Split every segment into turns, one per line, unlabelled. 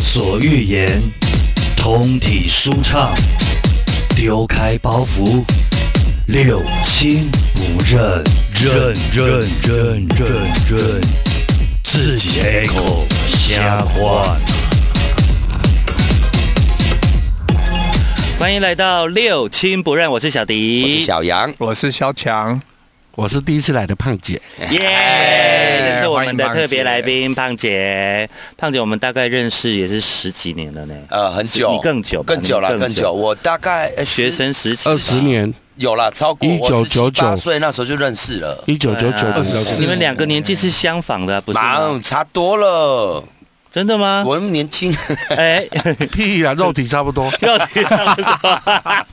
所欲言，通体舒畅，丢开包袱，六亲不认，认认认认认，自己开口瞎话。
欢迎来到六亲不认，我是小迪，
我是小杨，
我是肖强，
我是第一次来的胖姐，
耶，这是我们的
欢迎
特别
胖姐
来宾胖姐。胖姐，我们大概认识也是十几年了呢，
呃，很久，
你更久吧
更久
你
了，
更
更
久
久。我大概呃
学
十
生时期
二十年，
有了，超过我
1999
八岁那时候就认识了，
一九九九
对啊
年
24
你们两个年纪是相仿的啊，不是吗？啊
忙差多了，
真的吗？
我那么年轻，
哎，
屁啦，肉体差不多。
又提到了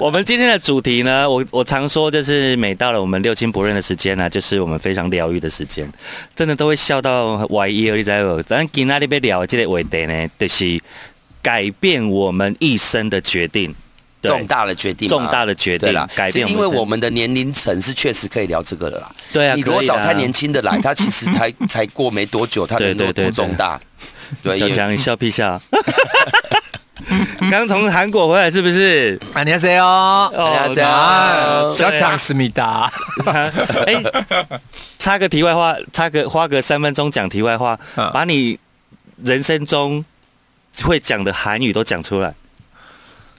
我们今天的主题呢，我我常说就是每到了我们六亲不认的时间呢、就是我们非常疗愈的时间，啊真的都会笑到歪一而一在耳。咱今天要聊的这个话题呢，就是改变我们一生的决定，对
重大的决定嘛，
重大的决定
对啦，
改变
其实因为
我们
我们的年龄层是确实可以聊这个的啦。
对啊，
你如果
可以的
找
啊
太年轻的来，他其实才才过没多久，他
对
能 有
对对
多
对
重大？对，
小
因为
强，你笑屁笑。 刚从韩国回来是不是？
啊
哦
안녕하세요，
大
对
家
啊
肖强思密达，
哎，插个题外话，插个花个三分钟讲题外话，
嗯
把你人生中会讲的韩语都讲出来，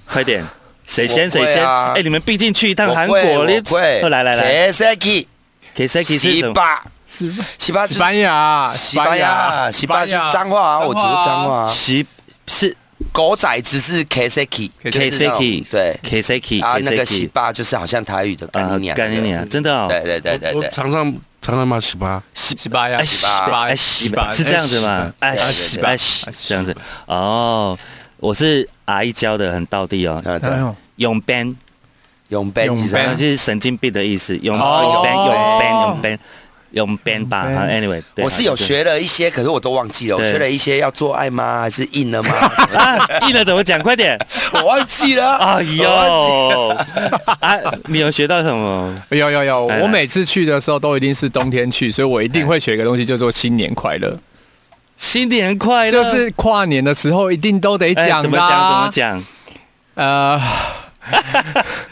快 点，谁先
我会
谁先？
啊
哎，你们毕竟去一趟
我
韩
会
国，
我
你
会，
来来来
s a k i
k i s e k i 是
西
什么？
巴，
西
西巴就是，
班牙，
西班牙，西班牙，脏话啊，我只会脏话啊。
西是
狗仔只是 Kaseki
k i s e k i
对
k i s e k 啊 i
啊，那个西
k
巴就是好像台语的干你娘，
干你娘，真的哦，
对对对对
我
对，
常常常常骂十八，
西
西班牙，
哎
西
西
巴
班
哎
牙，
西吧，是这样子吗？哎
对对
西
对
哎西
哎西
这样子哦，我是阿姨教的，很道地哦。
嗯
哎
对，
呦
永 ban
永 Ben
永
其实
好
Ben
像是神经病的意思，永永
哦
ban 永 ban 永
哦
ban 永 ban 吧。
永 ban
啊 Anyway，对
我是有学了一些，可是我都忘记了，我
对
学了一些要做爱吗？还是硬 了吗？什么
啊，艺人怎么讲？快点！
我忘记了，
哎
我忘记
呦，啊，你有学到什么？
哎
有有有，
来来
哎我每次去的时候都一定是冬天去，所以我一定会学一个东西叫做新年快乐，
新年快
哎
乐！
就是跨年的时候一定都得
哎
讲
怎么讲？怎么
啦。
讲？
呃，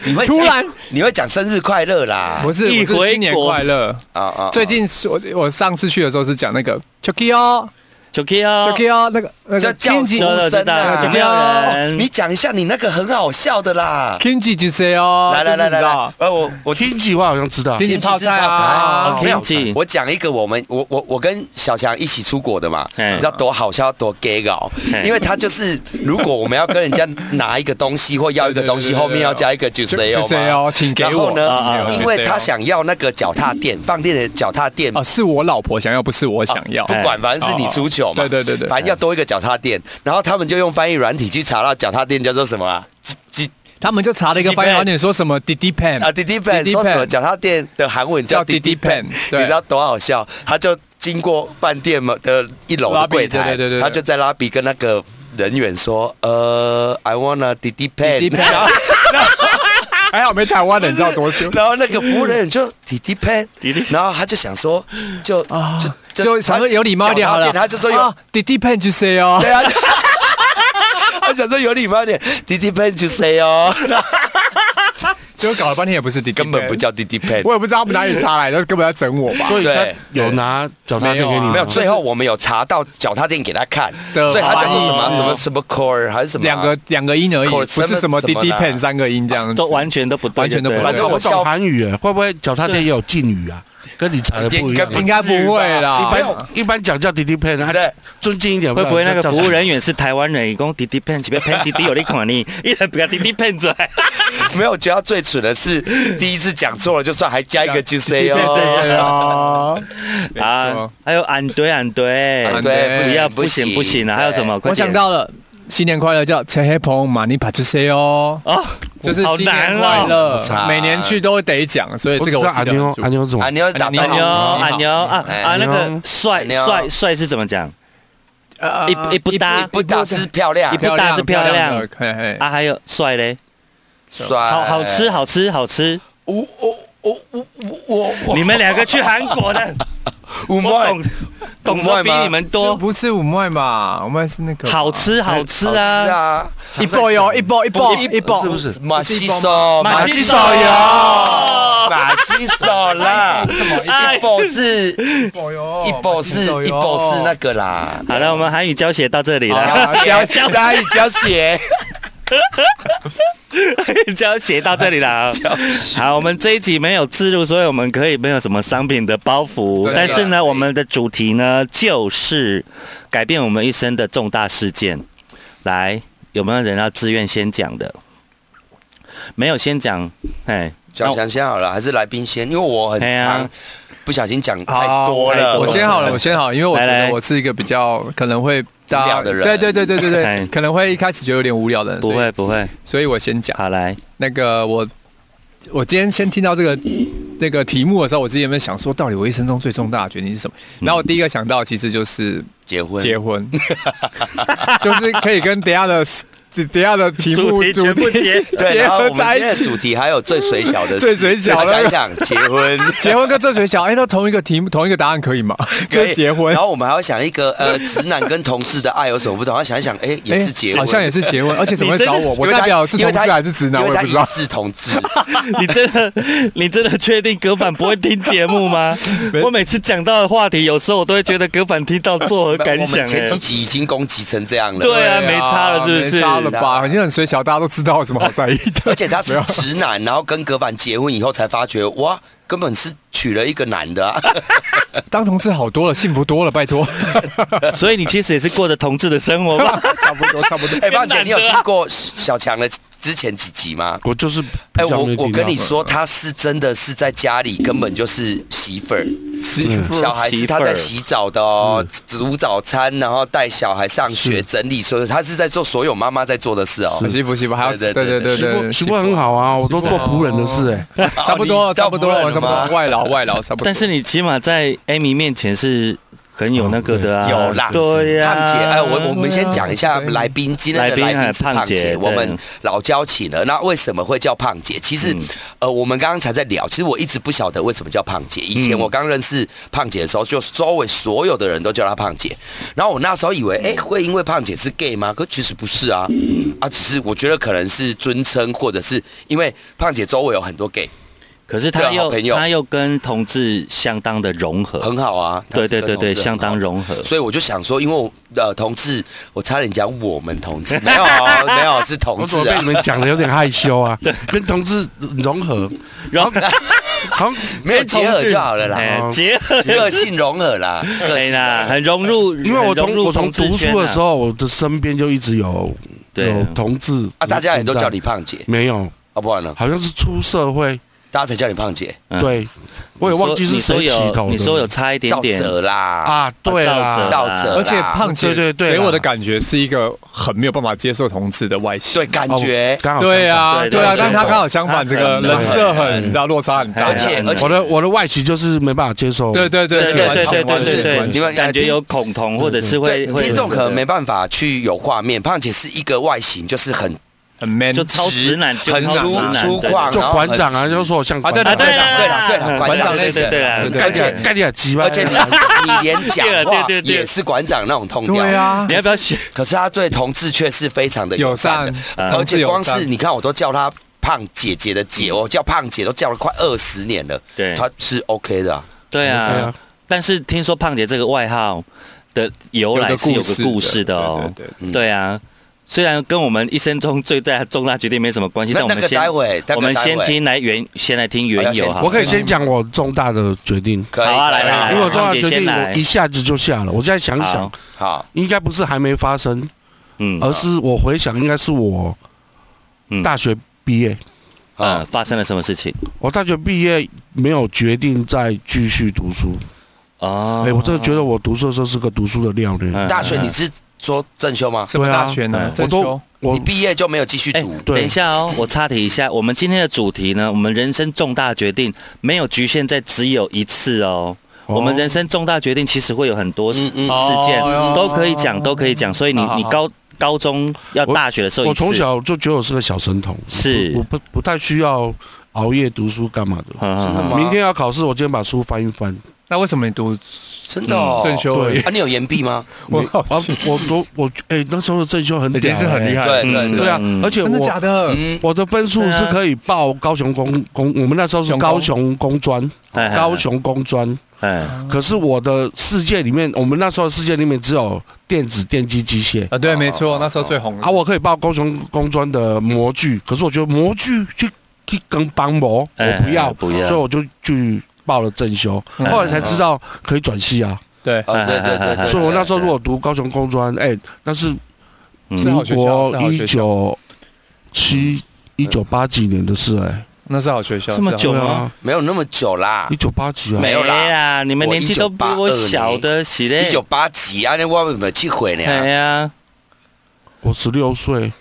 你会
突然
你会讲生日快乐啦，
不是，
一
不
回
是新年
国
快乐。
啊啊
最近是我我上次去的时候是讲那个 Chucky 哦
就 K 哦，
，Chucky 哦，那个那
叫
个
叫
Kimchi
知道
出
知
声
道，
啊
有没有
哦
人
你？讲一下你那个很好笑的啦，
Kimchi 就 say 哦，
来来来来来，呃我我
天气我好像知道，
Kimchi 泡菜
哦
啊，
没有
kimchi
我讲一个我们我我我跟小强一起出国的嘛，
嗯
你知道多好笑多 gay 搞
嗯，
因为他就是如果我们要跟人家拿一个东西或要一个东西，
对对对对对
后面要加一个 j u
就
c e
就 say 哦，请给
然
我
后呢
啊啊，
因为他想要那个脚踏垫，放电的脚踏垫
哦，是我老婆想要，不是我想要，
啊
哦
不管，反正是你出糗嘛。
对对对对
反正要多一个脚踏垫，然后他们就用翻译软体去查到脚踏垫叫做什么啊？鸡
他们就查了一个翻译软点，说什么滴滴 pan
啊，滴滴 pen，
滴滴
说什么
pen
脚踏垫的韩文叫
叫
滴滴
DD pen，
pen，
对
你知道多好笑？他就经过饭店嘛的一楼的
拉比
柜台，
对对对对对
他就在拉比跟那个人员说，呃，I wanna 滴滴 pen，
滴滴 pen
然后
还好没台湾人，你知道多久？
然后那个服务人员就滴滴 pen，
滴滴
然后他就想说，就就
啊就想说有礼貌一点好了，
脚踏垫他就说有
啊，滴滴 pen 就 say 哦
对，啊，他想说有礼貌一点，滴滴 pen to say 哦，
结果搞了半天也不是滴滴，
根本不，叫嗯滴滴 pen。
我也不知道他们哪里查来的，根本要整我吧？
所以他
对
有拿脚踏垫给你吗
没有，最后我们有查到脚踏垫给他看，
的
所以他叫做什么
翻译
什么什么 core 还是什么啊
两个两个音而已，
口
不是什么滴滴 pen 三个音这样子，
都完全都不对，
完全都不
对
反
了
正
我
我笑
懂韩语耶，会不会脚踏垫也有敬语啊？跟你查的不一样啊
应该
应该不会啦，
没
一
有
般一般讲叫弟弟配呢，啊
对
尊敬一点，
会不会那个
叫
服务人员是台湾人？伊讲滴滴骗，是不是骗滴滴 有你看你，一人不要滴滴骗出来。
没有，我觉得他最蠢的是第一次讲错了，就算还加一个 to say 哦，
对啊，没
啊
错，
还有俺对俺对，
啊
对
对，
不
行
要不行不行啊！还有什？么？快
我
点
想到了，新年快乐叫 c h e p o n g m a n i p a c h s e 哦，
哦，
就是
好
新
难
年快
哦。
乐
难哦，
每年去都得讲，所以
我
这
只
个
知
我
道
记
阿
得
妞
很住
阿妞总
对啊，你要打
啊你
招
阿
要
牛
呼，
阿牛啊
哎
啊！那
阿
个
妞
帅
阿妞
帅帅是怎么讲
呃
一一不搭
不打是漂亮
一，不搭是漂亮
的嘿嘿，
啊？还有帅嘞，
帅，
好好吃，好吃好吃！
我我我我我我，
你们两个去韩国的，
我
我懂懂
们
得比你们多，
不是五麦嘛，五麦是那个
好，吃好吃
好吃
啊！
啊，
一包哟，一包一包一包，
是不是？
马西手，
马
西
西手
手哟，马西手啦，
哎
一波是，
一包哟
一波是，一波是那个啦。
好了，我们韩语教学到这里了，
好
交
写，大家交写，
教学到这里了啊。 好，我们这一集没有置入，所以我们可以没有什么商品的包袱
真，的
但是呢，我们的主题呢就是改变我们一生的重大事件。来，有没有人要自愿先讲的？没有先讲，哎，
想想先好了，还是来宾先，因为我很
哎呀
常不小心讲太
好
多了。
我先好了，我
我
先好了，因为我觉
来来
得我是一个比较可能会大
无聊
家
的人
对对对对对
哎
对，可能会一开始觉得有点无聊的人，
不
所以，
会不会，
所以我先讲
好来，
那个我，我今天先听到这个那个题目的时候，我之前有没有想说，到底我一生中最重大的决定是什么？
嗯
然后我第一个想到其实就是
结婚，
结婚， 就是可以跟等一下的等一下的题目主题
接。
对，
结
然后我
合
们今
在
天
一
的
起。
主题还有最水小的事，
最水小
就
的
想想结婚，
结婚跟这水小，哎、那同一个题目，同一个答案可以吗？ 就
可以
是结婚
然，后我们还要想一个呃，直男跟同志的爱有什么不同？要想一想，哎，也是结婚，
好像也是结 婚，而且怎么会找我？
因
我
为他，
代表是
因为
同
他
志还是直男，我
因为
也
他
不知道
一。视同志，
你真的，你真的确定葛凡不会听节目吗？
没
我每次讲到的话题，有时候我都会觉得葛凡听到作何 感
我
想、
们
欸
前几？集已经攻击成这样了。
对啊没差了是不是
没差了吧？已经很水小，大家都知道，有什么好在意的？
而且他是直男，然后跟葛板结婚以后才发觉，哇，根本是娶了一个男的、 啊。
当同志好多了，幸福多了，拜托。
所以你其实也是过着同志的生活吧？
差不多，差不多。
哎、
变
芳姐，
男
你有
的啊
听过小强的之前几集
啊
吗？
我就是比
哎、
较
我
没有
我
啊听到
跟你说，他是真的是在家里根本就是媳妇儿，
媳妇
小孩
媳
是
妇
他
儿
在洗澡的哦，煮早餐，然后带小孩上学，
是
整理所有，他是在做所有妈妈在做的事哦。
很幸福，媳妇还要
对
对
对对
对对
媳妇
对，
媳妇很好啊，我都做仆人的事哎，
嗯差不多
哦
了，
你
差不多
到
了，
不
差不
了吗
多了外劳外劳差不多。
但是你起码在 Amy 面前是很有那个
嗯
的啊，
有啦，
对呀、
胖姐，哎，我我们先讲一下
对啊
来宾，今天的来
来宾
宾
啊
是胖
胖姐
姐，
对
我们老交请了。那为什么会叫胖姐？其实
嗯，
呃，我们刚刚才在聊，其实我一直不晓得为什么叫胖姐。以前
嗯
我刚认识胖姐的时候，就周围所有的人都叫她胖姐，然后我那时候以为，哎，会因为胖姐是 gay 吗？可其实不是啊，啊，只是我觉得可能是尊称，或者是因为胖姐周围有很多 gay，
可是
对
他
啊好
又
朋友
他又跟同志相当的融合，
很好啊。她
对
是
对
跟
对对，
同志很
相
好啊
当融合。
所以我就想说，因为我呃同志，我差点讲我们同志，没有哦没有是同
我
志
怎么被
啊
你，们讲的有点害 羞啊？跟同志融合，
然后，
好像
没有结合就好了
啊
啦，
嗯
哎，结合
个性融合啦，个
对
性融
啦，
合
很融入，
因为我
很融
从
入
我从
同志
读
圈
书的
啊
时候，我的身边就一直有
对
有同志
啊，大家也都叫你
存
胖姐
在，没有，
啊，不然呢，
好像是出社会，
大家才叫你胖姐，
嗯
对我也忘记是
你说
谁
你
起
说有
头的。
你说有差一点
赵
点，
哲啦，
啊，对
啊
啦，
照
赵哲啦，
而且胖姐
对对对啦
给我的感觉是一个很没有办法接受同志的外形
对。感觉
哦，刚好
对啊，
对
对啊
对，
但
对
他
对
刚好相反，
他
这个
很
人设
很
很，你知道落差很大。
而且而且
我的我的外形就是没办法接受，
对对
对
对
对
完
对
全
对
完全
对对
完全
你
对，
们
感觉有恐
嗯
同或者是会
对
会
听众可能没办法去有画面，胖姐是一个外形就是很
很 man，
就超直男，就
很
超直
粗
男
粗
对
犷，
做
然后
馆
很
长啊，
直
就说我像馆
啊对
长
啊，，对啦
对啦对啦
馆
馆
长
长
对
类
对
似
对啦
对对
干
而
你啊
且
干你啊鸡巴，
而且你你连讲
对
话
对对对
也是馆长那种痛调，
对 啊
你，要不要学？
可是他对同志却是非常的友善的
友
善
而且光
同志友
是
善
你看，我都叫他胖姐姐的姐，
嗯
我叫胖姐都叫了快二十年了，
对
他是 OK 的啊、
对
对
啊
啊，
但是听说胖姐这个外号的由来是有个故事的哦
对对
对
对，
对啊，虽然跟我们一生中最大重大决定没什么关系，
那
但我
那
们
个
先
待会，那个
我们先
待会，
听来原先来听缘由嗯
好
哈，
我可以先讲我重大的决定，
可以，
好啊
可以
来来
因为我
来
重大
胖
的
姐
决
先
定
来
我一下子就下了，我现在想一想
好，
好，
应该不是还没发生，
嗯
而是我回想，应该是我
嗯
大学毕业，
嗯，
好，
发生了什么事情？
我大学毕业没有决定再继续读书，
哦，
哎，我真的觉得我读书的时候是个读书的料呢。
嗯
大学你是说正修吗？
什么大学
对啊
呢？
我
真
都
修
我
你毕业就没有继续
哎
读，
对
等一下哦，我插题一下，我们今天的主题呢，我们人生重大决定没有局限在只有一次哦。
哦
我们人生重大决定其实会有很多事、
嗯嗯
事件、
哦
都可以讲，都可以讲。所以你
好好好
你高高中要大学的时候一
我
次，
从小就觉得我是个小神童，
是
我不不太需要熬夜读书干嘛的。
嗯嗯
真的
嗯
吗
明天要考试，我今天把书翻一翻，
那为什么你读
真的哦。
正修而已？
啊，你有岩壁吗？
我好
啊，我我我哎，那时候的郑修很
已
屌
经
欸，
是很厉害
对
了，是不是
嗯
对啊，而且
真的假
我
的？
嗯，
我的分数是可以报高雄工工，我们那时候是
雄工
高雄工专，
哎
高雄工专。
嗯，
可是我的世界里面，我们那时候的世界里面只有电子、电机、机械
啊，对，没错，那时候最红
啊。我可以报高雄工专的模具，可是我觉得模具去去跟帮模，
哎
我不要，
不要
所以我就去报了正修，
嗯
后来才知道可以转系啊。
对，
哦，对对对对。
所以我那时候如
对
果读高雄工专，哎，那是
嗯
是好学
民
校，
国
是好
一
学校，
九七一九八几年的事哎，
那是好学校，
这么
是好
久
对
吗
啊，
没有那么久啦
一，九八几啊，
没有啦
啦，你们
我
年纪都比
1982
我小的，是嘞
一九八几啊，那我有没有去回
哎
呢？啊
呀，
我十六岁，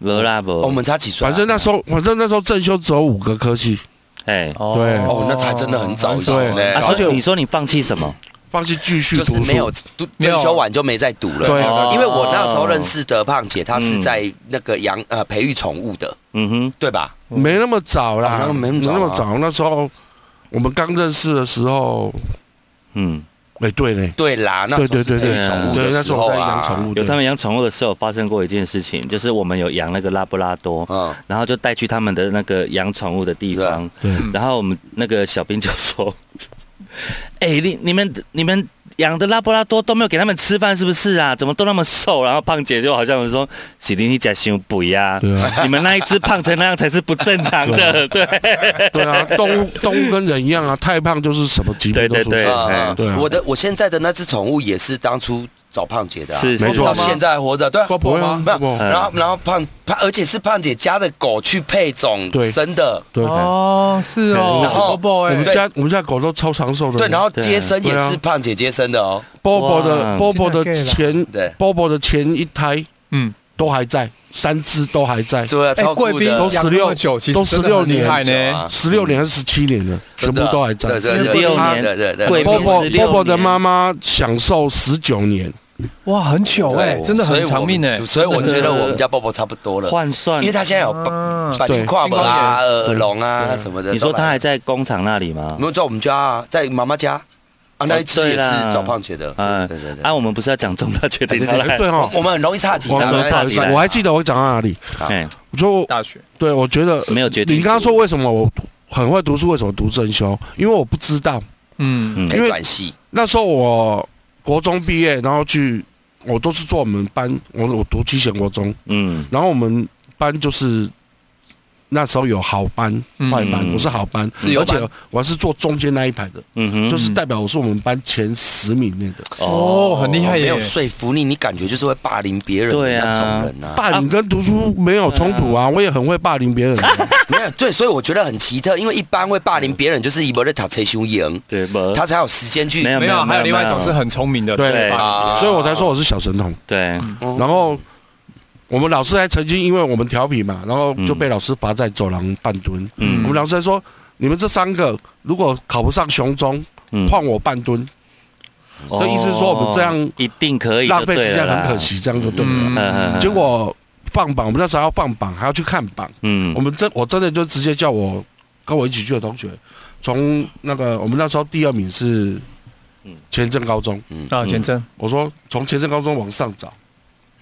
无啦
哦我
无，
们差几岁啊？
反正那时候，反正那时候正修只有五个科系，
哎，
哦
对
哦那他真的很早以哦前
对
嘞
啊，
而
所
且
以你说你放弃什么？
放弃继续
就是
读
没有
书，
读，
没有
整修完就没再读了。
对
哦
因为我那时候认，识德胖姐，她是在那个养呃培育宠物的，
嗯哼，
对吧？
没那么早
哦
啦，
那没那么早啊
那那时候我们刚认识的时候，
嗯，
哎，对嘞，
对啦，那时
对
候是
对对
培
对
育宠，物
对，
的
那时
时
候
候
我在养
啊，
宠物，
有
对
他们养宠物的时候发生过一件事情，就是我们有养那个拉布拉多，
嗯，
然后就带去他们的那个养宠物的地方，
对啊
然后我们那个小兵就说：“ 哎、你你们你们养的拉布拉多都没有给他们吃饭，是不是啊？怎么都那么瘦？”然后胖姐就好像有说：“喜林，你假胸补呀，
对 啊，
你们那一只胖成那样才是不正常的。”对，
对啊，动物动物跟人一样啊，太胖就是什么疾
对
病都
对
出
对
现，
嗯
对啊
我的我现在的那只宠物也是当初找胖姐的啊，
是是
没错
到现在还活着，对啊。
包
不
婆
会啊
吗？
没有
不会
嗯
然后，然后胖胖，而且是胖姐家的狗去配种
对
生的，
对，我
哦，是哦，
然后
包包哎
们，家我们家狗都超长寿的，
对，然后
对啊
接生也
对啊
是胖姐接生的哦，
Bobo
哇
的 Bobo
现在 gay
的
了
前
对
Bobo 的前一胎
嗯，
都还在，三只都还在，
对啊，
哎
超
贵
酷
宾
的
都，
养那么久，其实
都
真的很
16年
厉害
很久
呢
啊。
十六年还是十七年了，
真
全部
的啊
都还在。
对对对，
16
他
年
对对对，
贵宾
波波
16
波波的
年
妈妈享受十九年，
哇，很久
对
哎，真的很长命哎。
所以我
真的
觉得我们家波波差不多了，
换算
因为，他现在有
啊
反正跨门啊、耳聋啊
对
什么的。
你说
都来
他还在工厂那里吗
没？有在我们家啊，在妈妈家啊，那一只也
哦对啦
是找胖姐的。
嗯
嗯，对对对。
啊，我们不是要讲重大决定他来，
对啊哈
我。我们很容易岔题
我
啦，
们
来
岔
来
题了
来
我还记得我讲到哪里，
哎，
我就
大学
对我觉得
没有决定。
你刚刚说为什么我很会读书，为什么读正修？因为我不知道
嗯，
嗯
可以转系，
那时候我国中毕业，然后去我都是做我们班，我我读七贤国中，
嗯
然后我们班就是那时候有好班
嗯
坏班，
嗯
我是好班，
自由
而
班
且我是坐中间那一排的，
嗯哼，
就是代表我是我们班前十名内的。
哦，很厉害
没
耶
有。说服力，你感觉就是会霸凌别人
对
的
啊
那种人啊。
霸凌跟读书没有冲突啊，我也很会霸凌别人啊、
没有对，所以我觉得很奇特，因为一般会霸凌别人，就是以为在塔车修赢，
对吧？
他才有时间去
没有
没有，还有另外一种是很聪明的，
对
吧？
啊。
所以我才说我是小神童。
对，
然后我们老师还曾经因为我们调皮嘛，然后就被老师罚在走廊半蹲。
嗯
我们老师还说，你们这三个如果考不上雄中，
嗯
换我半蹲，那意思是说我们这样
哦一定可以，
浪费时间很可。惜，这样就对了。
嗯
结果放榜，我们那时候要放榜，还要去看榜。
嗯
我，们真我真的就直接叫我跟我一起去的同学，从那个我们那时候第二名是
嗯
前镇高中，
啊，简真，
我说从前镇高中往上找，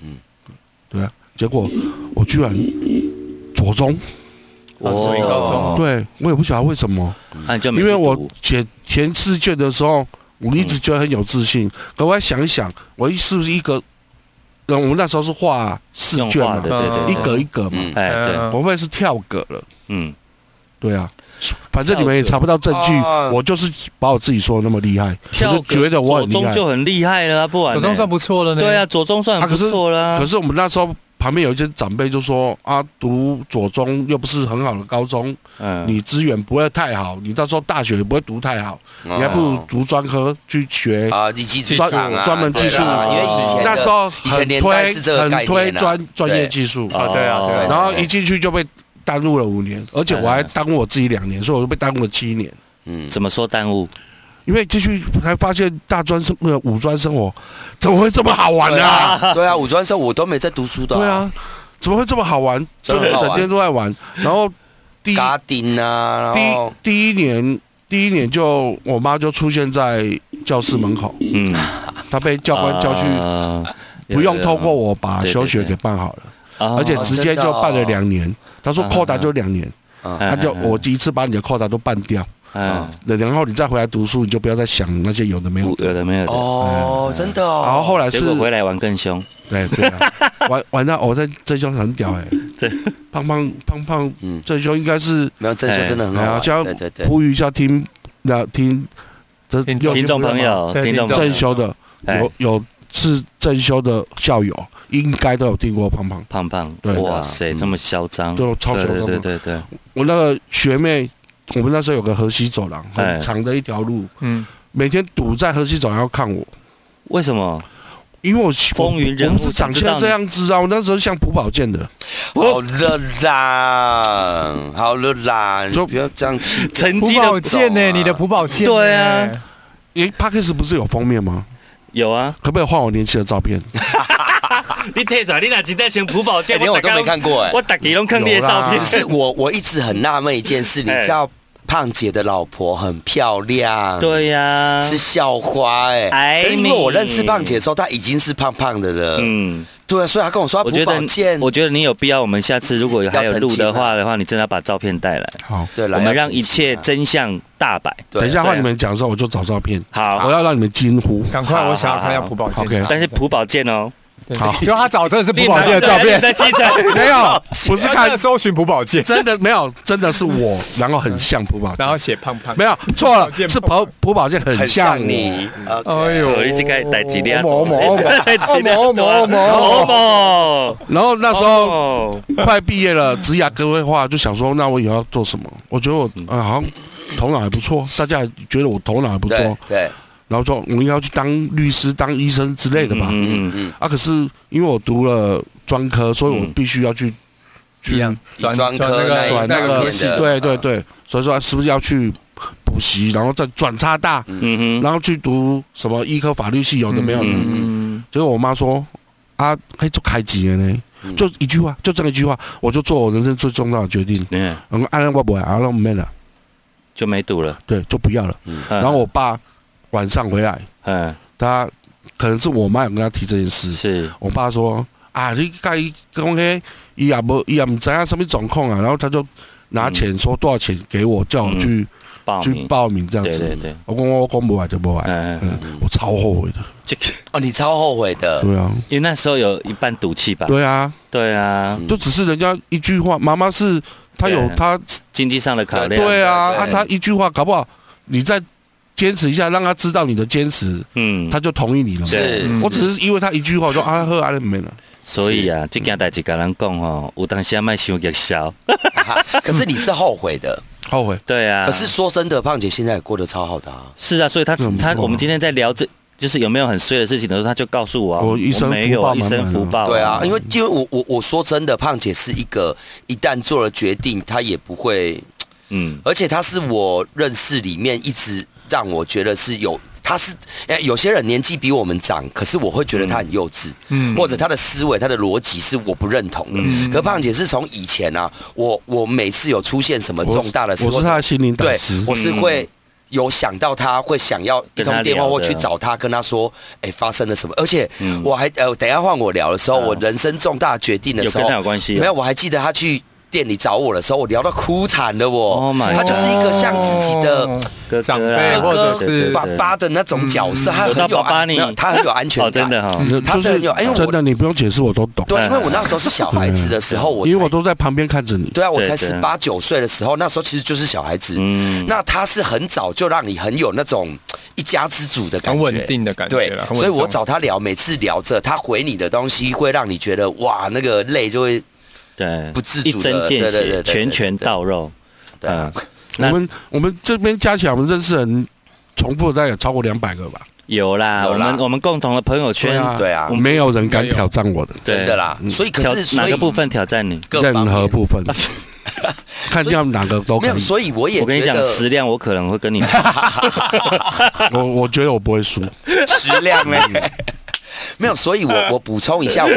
嗯
嗯，对啊，结果我居然左中，
所以高中
哦
对我也不晓得为什么，
那啊你就没
因
去
为我
读
写填试卷的时候，我一直觉得很有自信，可我想一想，我是不是一个，呃，我们那时候是画试
用
卷
画
嘛
的，，对对，
一
对
格一格嘛，
嗯
哎对，
嗯
我们是跳格了。
嗯，
对啊，反正你们也查不到证据
啊，
我就是把我自己说的那么厉害，我
跳
就觉得我很厉
左中
害。
就很厉害了啊，不然
手
呢
中算不错了呢。
对啊，，左中算很
啊可
不
是
错了
可
啊，
是我们那时候旁边有一些长辈就说啊，读左中又不是很好的高中，
啊
嗯，
你资源不会太好，你到时候大学也不会读太好，你还不
哦
如读专科去学。
啊，以及
专专门技术，啊
因为以前的
那时候
以前
很
年代
推
是这个概
很推
念啊
专专业技术，
啊对啊对啊
哦
然后一进去就被耽误了五年，而且我还
啊
耽误我自己两年，所以我就被耽误了七年。
嗯，
怎么说耽误？
因为继续才发现大专生呃五专生活怎么会这么好玩
对
呢、啊？
啊，对啊，五专生我都没在读书的，
对啊，怎么会这么好玩？
真
就
的
是
好玩
整天都在玩。然后第一
嘎丁啊，然
第一
后
第一年第一年就我妈就出现在教室门口，
嗯，
她被教官叫去，
啊
不用透过，我把
对对
休学
对
给办好了，
有有
而且
哦
直接就办了两年。她说
啊
扣打就两年，
啊，
她就
嗯嗯嗯
我第啊一次把你的扣打都办掉，
嗯，
然后你再回来读书，你就不要再想那些有的没有
有
的。
有的没有的，
哦，真的哦。
然后后来
结
是
果回来玩更凶，
对对啊，玩 玩到我在真凶很屌哎、
对，
胖胖胖胖
嗯，
真凶应该是
没有正修真的很好
哎
玩，
好像
对对对，
呼吁一下听那听这
听
六
听
亲
众
不认
朋友，
对
听众
听众
朋
正
友，
修的
哎
有有是正修的校友，应该都有听过胖胖，
胖胖，
对
哇
的
塞，
嗯
这么嚣张，
都超
对
喜欢
对
胖
对
胖。
对对，
我那个学妹，我们那时候有个河西走廊，
哎
很长的一条路，
嗯，
每天堵在河西走廊要看我。
为什么？
因为我
风云人物
我不是长
想知道
相
你
这样子啊，我那时候像朴宝剑的，
好了啦，好了啦，你
就
不要这样气。
成
朴
绩
宝
的
剑
懂
呢？
啊
你的朴宝剑呢
对啊，
诶 p a c k e s 不是有封面吗？
有啊，
可不可以换我年轻的 照片？
你退出来，你哪几代前普宝
哎，
剑，
连我都没看过哎。
我打给龙坑你的照
有
片
啦
只，是我我一直很纳闷一件事，你
哎
知道胖姐的老婆很漂亮，，
对呀，
是校花哎。
哎
可是因为
你
我认识胖姐的时候，她已经是胖胖的了，
嗯。
对，所以她跟我说她
我
朴
觉
宝
得
剑，，
我觉得你有必要。我们下次如果有还有录的话的话，你真的要把照片带来，
好，
对啦，
我们
要
让一
澄清
切
啊
真相大白。
对
等一下
对啊
换你们讲的时候，我就找照片，
好
我，要让你们惊呼。
赶快，我想要看一下朴宝剑。
OK
但是朴宝剑哦，
对
好
就他找真的是朴宝剑的照片，
在现场。
没有，不是
他
看
在，搜寻朴宝剑，
真的没有，真的是我，然后很像朴宝剑，
然后写胖胖
没。有错了，
剑
是朴朴宝剑很
很像
像你。
你，呃，
哎
哎
我一直开逮几粒啊，
某某某
逮几粒啊，
某
某
某某某
某。
然后那时候
哦，
快毕业了，职涯规划就想说，那我以后要做什么？我觉得我啊，好像头脑还不错，大家也觉得我头脑还不错，
对对，
然后说我应该要去当律师、当医生之类的吧。
嗯
嗯
嗯
嗯，
啊，可是因为我读了专科，所以我
嗯
必须要去
一
去
样转
专科
转那个
转
那
那
个
个
科
科
系
系
啊
的
系，对对
嗯
对，所以说是不是要去补习，然后再转差大，
嗯哼，
然后去读什么医科法律系，有的没有的。
嗯
结果我妈说啊，嘿，就开几年呢
嗯？
就一句话，就这么一句话，我就做我人生最重要的决定。
嗯，
然后按照我不会，啊，那我没了，
就没赌了。
对，就不要了。
然
然后，我爸晚上回来，
嗯，
他可能是我妈有跟他提这件事，
是，
我爸说啊，你该讲嘿，伊也无，伊也唔知影什么状况啊，然后他就拿
嗯
钱说多少钱给我，叫我去、
报
去
名，
报名这样
对
子。
对对，
我讲我讲不来就不
哎
来，
嗯，
嗯，我超后悔的。
这个，
哦，你超后悔的，
对啊，
因为那时候有一半赌气吧？
对啊，
对啊，
嗯啊
就只是人家一句话，妈妈是她有
对
她，
经济上的考量。
对啊，啊
对
她一句话搞不好你再坚持一下，让她知道你的坚持，
嗯，
她就同意你了嘛。
是
嗯，
我只是因为她一句话我说啊喝啊没了，
所以啊，这件代志甲咱讲吼，有当时啊卖想给笑。
哈哈可是你是后悔的，
后悔。
对 啊，
可是说真的，胖姐现在也过得超好的啊，
是啊，所以他
这很不错啊
他我们今天在聊这。就是有没有很衰的事情的时候，他就告诉我啊，
我一生
没有啊
福报满
一
满啊
生福报，
对啊，因为因为我我我说真的，胖姐是一个一旦做了决定，她也不会，
嗯，
而且她是我认识里面一直让我觉得是有。她是，哎，有些人年纪比我们长，可是我会觉得她很幼稚，
嗯
或者她的思维、她的逻辑是我不认同的。可胖姐是从以前啊，我我每次有出现什么重大的事，
我
或
是
者
她的心灵导
对
师，。
我是
嗯
会有想到他，会想要一通电话或去找他，跟他说，哎，发生了什么？而且
嗯
我还呃，等一下换我聊的时候，
好
我人生重大决定的
有
时
跟
候
他，有关系哦，
没有，我还记得他去店里找我的时候，我聊到哭惨了，我
Oh my
他就是一个像自己的
哦
哥
长
哥
辈
啊
或者
对
是
对对对
爸爸的那种角色，他
我
很
到
有
爸爸
安，没
你
有，他很有安全
哦，
感，
真的嗯哈，
你
他
嗯就是
很有哎因为我
真的，你不用解释，我都懂。
对，因为我那时候是小孩子的时候，我
因为
才
我都在旁边看着你。
对啊，我
对
才
对
十八九岁的时候，那时候其实就是小孩子，
嗯，
那他是很早就让你很有那种一家之主的感
很
觉，
稳定的感觉
对
啦，，很稳
所以我
重
找他聊，每次聊着他回你的东西，会让你觉得哇，那个泪就会
对，
不自
一
主
针
的，
见
对对对
血，
对对
拳拳到肉，
对啊
嗯，那
我们我们这边加起来，我们认识人重复的大概有超过两百个吧。
有啦，
有
我
啦
们我们共同的朋友圈，
对啊
没有人敢挑战我的
对
真的啦。所以
挑
可是
哪
所以
个部分挑战你？
各方
任
面
何部 分，看要哪个都
没
可
有，
以。
所以我也
我跟你
觉
讲，
得
食量我可能会跟你，
我我觉得我不会输。
食量嘞。没有，所以我我补充一下，我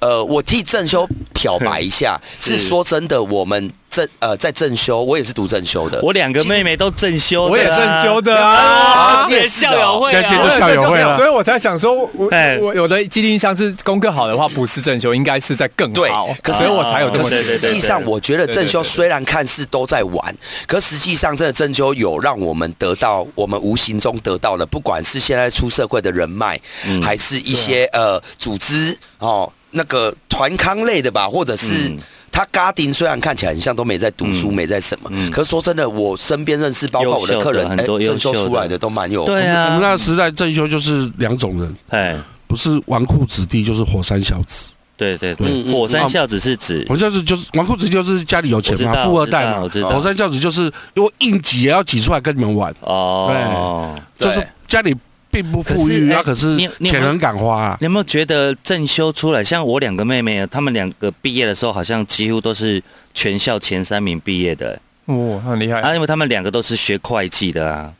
呃，我替正修漂白一下，
是
是说真的，我们正呃在正修，我也是读正修的。
我两个妹妹都正修的啦，
我也正修的
啊
啊。
也校友会
感觉
我
都
啊。
也
是校友会了
所以我才想说，我
哎
我有的既定印象是功课好的话不是正修，应该是在更
对
好，，
可是
所以我才有这么
可是
对对
实
对
际上，我觉得正修虽然看似都在玩，可实际上真的正修有让我们得到，我们无形中得到了，不管是现在出社会的人脉，
嗯
还是
啊
一些呃组织哦，那个团康类的吧，或者是
嗯。
他家丁虽然看起来很像都没在读书，
嗯
没在什么，
嗯
可是说真的，我身边认识，包括我的客人
优秀的，很
哎，
多
正
优秀
修
的
出来的都蛮有，
对
我们
啊，
那个时代正修就是两种人，
哎，
不是纨绔子弟就是火山小子。
对对
嗯
对，
嗯
火山孝子是指
我就是就是纨绔子弟就是家里有钱
我知
嘛，
道
富二代嘛。
我知道我知道
火山孝子就是因为硬挤也要挤出来跟你们玩，
哦。
对
就是家里并不富
可
裕，
是哎
那可是
你你有没有
钱很敢花啊。
你有没有觉得正修出来，像我两个妹妹，她们两个毕业的时候，好像几乎都是全校前三名毕业的、
哦，很厉害。
哎
啊，因为她们两个都是学会计的啊，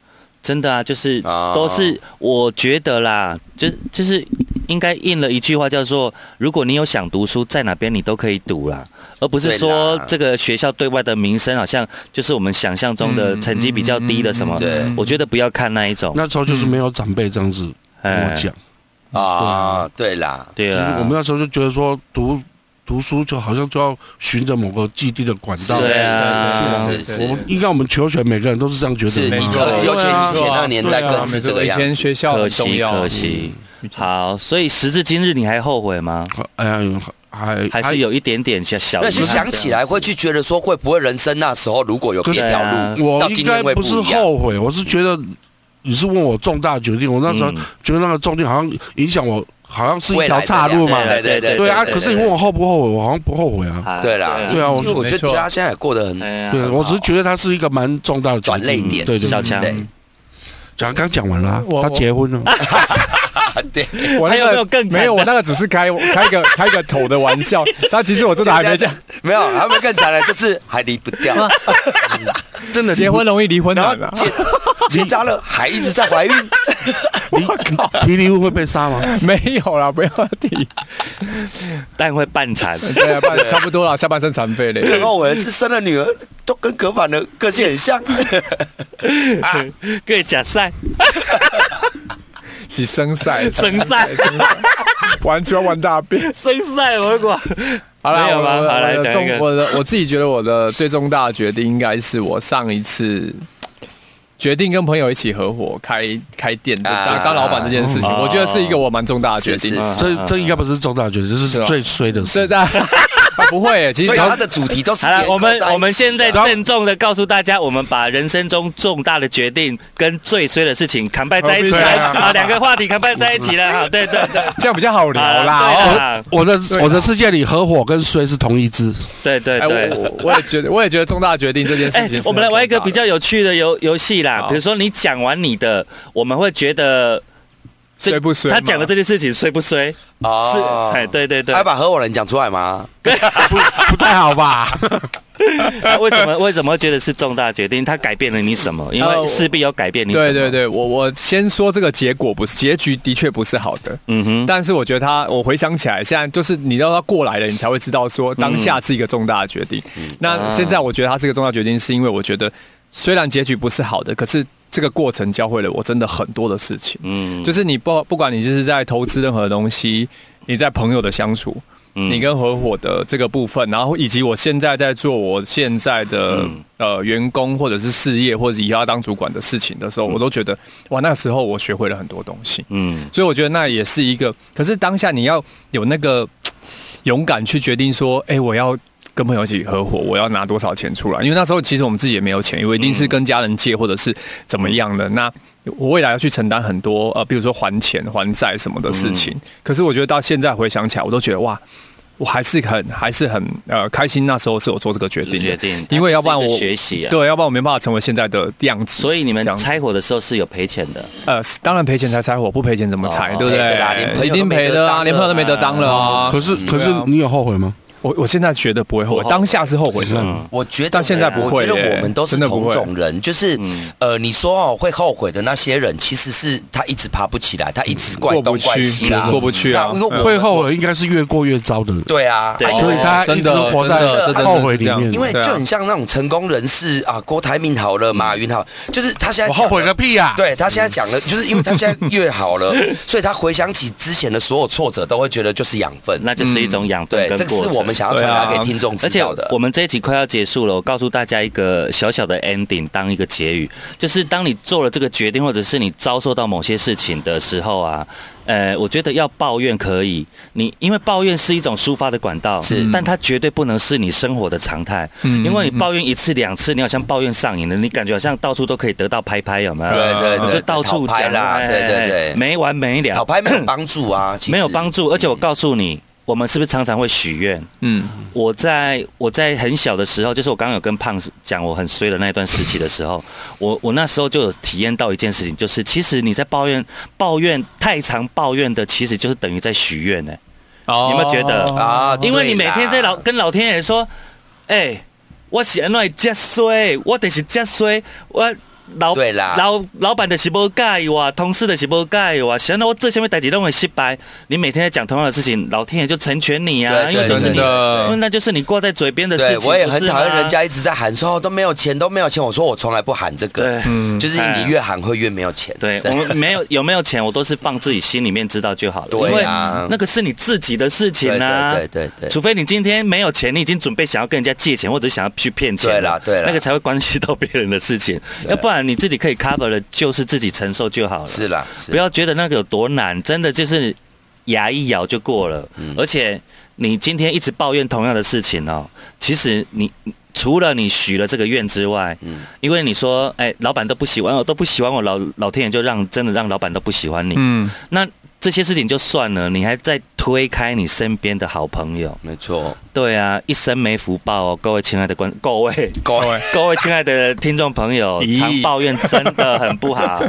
真的啊，就是
啊
都是我觉得啦，就就是应该应了一句话叫做，如果你有想读书，在哪边你都可以读啦，而不是
对啦
说这个学校对外的名声好像就是我们想象中的
嗯
成绩比较低的什么，
嗯嗯对
我觉得不要看那一种，
那时候就是没有长辈这样子跟我
哎
讲，
啊，对啦，
对
就是
啊，
我们那时候就觉得说读读书就好像就要循着某个既定的管道。
对啊
呃是是是
我们应该我们求学每个人都是这样觉
是，
得的
以
嘛。
前
前尤其以前那个年代
对啊
更是这个
以
样
前
子。
学校
可
很重
惜
要，
可惜。
嗯
好，所以时至今日你还后悔吗？
哎呀，还
还是有一点点小小遗
那
憾。
就想起来会去觉得说，会不会人生那时候如果有别条
可
路，
我
到
应
今
该
天会
不是
一样。
后悔，我是觉得你是问我重大决定，我那时候
嗯
觉得那个重定好像影响我，好像是一
未
条
来的
岔路嘛。
对对对
对啊，
对
可是你问我后不后悔，我好像不后悔啊。
啊
对啦，
对啊我
因为我觉
没
得
错
大家现在也过得很
哎呀
对，我只是觉得它是一个蛮重大的决定
转泪点
对对，
小
对
强
对
讲刚讲完了啊，
我
他结婚了，
啊，对，
我那
还有
个
没有更惨的
嗯没有，我那个只是开开个开个头的玩笑，但其实我真的还没讲。
没有，他们更惨的就是还离不 掉，
真的
结婚容易离婚
然后
难啊，
结结扎了还一直在怀 孕，
提离婚会被杀吗？
没有啦，不要 提。
但会半残。
对啊，半差不多了，下半身残废嘞。
更
哦
后悔的是生了女儿都跟葛凡的个性很像，
各位假赛、
是生晒，
生晒、
完全玩 大便。
生晒，我管。
好啦
没有
我
吧
的
好来
我的
讲一个
重我的我自己觉得我的最重大的决定应该是我上一次。决定跟朋友一起合伙开开店，就当
啊
当老板这件事情，
哦
我觉得是一个我蛮重大的决定
是。是
这这应该不是重大决定，这
啊是
是
吧
最衰的
这
事。
在 啊不会耶，其实
所以
只
他
要
的主题都是
好了，
连
我们
贯在一起
我们现在
然后
郑重的告诉大家，我们把人生中重大的决定跟最衰的事情扛掰在一起
哦对
了
啊
啊，两个话题扛掰在一起 了。好，对对对，
这样比较好聊
好
啦。哦
啦，
我的
对啊
我的世界里，合伙跟衰是同一只。
对对
哎，
对对
我。我我也觉得，我也觉得重大决定这件事
哎
情是很重大
我们
的。
来玩一个比较有趣的游游戏啦，
好
比如说你讲完你的，我们会觉得这
衰不衰嘛？
他讲的这件事情衰不衰？
哦
是，哎，，对对对
还，把合伙人讲出来吗？
不太好吧？
啊为什么为什么会觉得是重大决定？它改变了你什么？因为
呃
势必有改变你什么。
对对，对，我我先说这个结果不是结局，的确不是好的。
嗯哼，
但是我觉得他，我回想起来，现在就是你要他过来了，你才会知道说当下是一个重大的决定。
嗯啊
那现在我觉得他是一个重大决定，是因为我觉得虽然结局不是好的，可是这个过程教会了我真的很多的事情。
嗯，
就是你不不管你就是在投资任何东西，你在朋友的相处，
嗯
你跟合伙的这个部分，然后以及我现在在做我现在的、
嗯
呃员工或者是事业，或者以后要当主管的事情的时候，我都觉得哇，那时候我学会了很多东西。
嗯
所以我觉得那也是一个，可是当下你要有那个勇敢去决定说，哎、我要跟朋友一起合伙，我要拿多少钱出来？因为那时候其实我们自己也没有钱，因为一定是跟家人借或者是怎么样
嗯
的。那我未来要去承担很多呃，比如说还钱、还债什么的事情。
嗯
可是我觉得到现在回想起来，我都觉得哇。我还是很还是很呃开心，那时候是我做这个决定的，
决定
因为要不然
它是一个
我
学习啊
对，要不然我没办法成为现在的样子。
所以你们
这样子
拆伙的时候是有赔钱的，
呃，当然赔钱才拆伙，不赔钱怎么拆，
哦
对
赔
不
的啦连朋
对？
友
一
都
定
没
赔
得
的
当了
啊，
哦
连朋友都没得当了啊
可。是可是
对啊
你有后悔吗？
我我现在觉得不会后
不
悔，
后悔
当下是后悔的。
嗯
我觉得啊
但现在不
我
会
觉得
耶
我们都是
真的不
同
会嗯
种人，就是、呃，你说哦会后悔的那些人，其实是他一直爬不起来，他一直怪
过
东
不
怪
去
西啦，，
过不去啊
那！因为我
会后悔应该是越过越糟的人，
对啊，
对
啊
所以他一
真
直
的
活在
真的真的是
后悔里
这
面。
因为
对啊嗯
就很像那种成功人士啊，郭台铭好了，马云好，就是他现在
我
讲
后悔
的
个屁呀、
对他现在讲的，就是因为他现在越好 了，所以他回想起之前的所有挫折，都会觉得就是养分。嗯
那就是一种养分
对，
跟
这
过
个是
程
我们想要传达
对啊
给听众知
而且
道的。
我们这一集快要结束了，我告诉大家一个小小的 ending，当一个结语，就是当你做了这个决定，或者是你遭受到某些事情的时候啊，呃，我觉得要抱怨可以，你因为抱怨是一种抒发的管道，
是
但它绝对不能是你生活的常态，
嗯
因为你抱怨一次两次，你好像抱怨上瘾了，你感觉好像到处都可以得到拍拍，有没有？
对对对
你就到
讨
处
拍
讲
啦
哎
对对对
没完没了，
讨拍没 有帮助啊，其实嗯
没有帮助，而且我告诉你，我们是不是常常会许愿？
嗯，
我在我在很小的时候，就是我刚刚有跟胖讲我很衰的那一段时期的时候，我我那时候就有体验到一件事情，就是其实你在抱怨抱怨太常抱怨的，其实就是等于在许愿呢、
哦
你有没有觉得
啊，
因为你
对
每
啦
天在老跟老天爷说，哎、我是安那这衰，我得是这衰，我。老
对啦
老老板的是不介意我，同事的是不介意我，想到我这些面代志都会失败。你每天在讲同样的事情，老天爷就成全你啊，
对
因为就是
真
你因为
的，
那就是你挂在嘴边的事
对
情。，
我也很讨厌人
不是吗。啊
家一直在喊说哦都没有钱，都没有钱。我说我从来不喊这个
对，哎
嗯
就是你越喊会越没有钱。
对
真的
我们没有有没有钱，我都是放自己心里面知道就好了，因
对
为
啊，
那个是你自己的事情啊。
对对对对
除非你今天没有钱，你已经准备想要跟人家借钱，或者想要去骗钱了，
对啦对啦
那个才会关系到别人的事情。要不然你自己可以 cover 的，就是自己承受就好了。
对，是啦，是
不要觉得那个有多难，真的就是牙一咬就过了。
嗯
而且你今天一直抱怨同样的事情哦，其实你除了你许了这个愿之外，
嗯
因为你说，哎，老板都不喜欢我，都不喜欢我，老老天爷就让真的让老板都不喜欢你。
嗯，
那这些事情就算了，你还在推开你身边的好朋友。
没错，
对啊，一生没福报哦，各位亲爱的观，各位
各位
各位亲爱的听众朋友，
咦
常抱怨真的很不 好。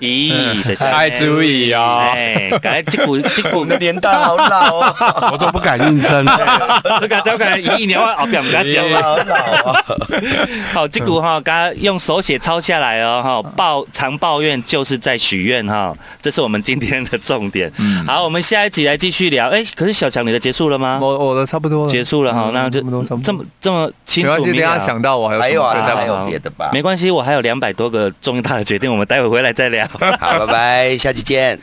咦，就是
嗯爱注意哦
哎，赶快这股这股
我， 们的年代好老哦，
我都不敢应征。
我刚才我刚才咦，你要后表不要讲了。
好老啊，
好，这股哈，刚刚用手写抄下来哦，
嗯
哈，抱常抱怨就是在许愿哈，这是我们今天的重点。
嗯
好，我们下一集来继续聊。哎，可是小强，你的结束了吗？
我我的差不多了
结束了
嗯
哈，那就这么这么清
没
楚
关系，
明
等一下
了。
想到我还有
还有
什么
啊，
对
还
待
有别的吧？
没关系，我还有两百多个重大的决定，我们待会回来再聊。
好，拜拜，下期见。